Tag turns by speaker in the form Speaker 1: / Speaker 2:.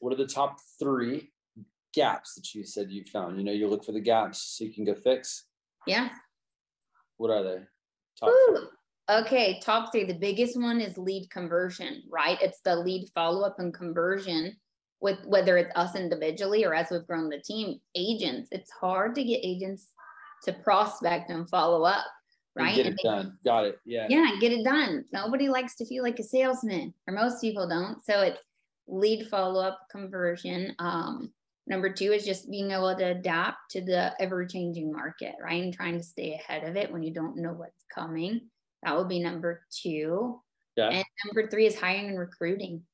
Speaker 1: what are the top three gaps that you said you found? You know, you look for the gaps so you can go fix.
Speaker 2: Yeah.
Speaker 1: What are they? Top three.
Speaker 2: Woo. Okay, top three. The biggest one is lead conversion, right? It's the lead follow up and conversion with whether it's us individually or as we've grown the team, agents. It's hard to get agents to prospect and follow up,
Speaker 1: And
Speaker 2: right?
Speaker 1: Get
Speaker 2: And
Speaker 1: it done. Got it. Yeah.
Speaker 2: yeah get it done nobody likes to feel like a salesman or most people don't so it's lead follow-up conversion um, number two is just being able to adapt to the ever-changing market right and trying to stay ahead of it when you don't know what's coming that would be number two
Speaker 1: Yeah.
Speaker 2: and number three is hiring and recruiting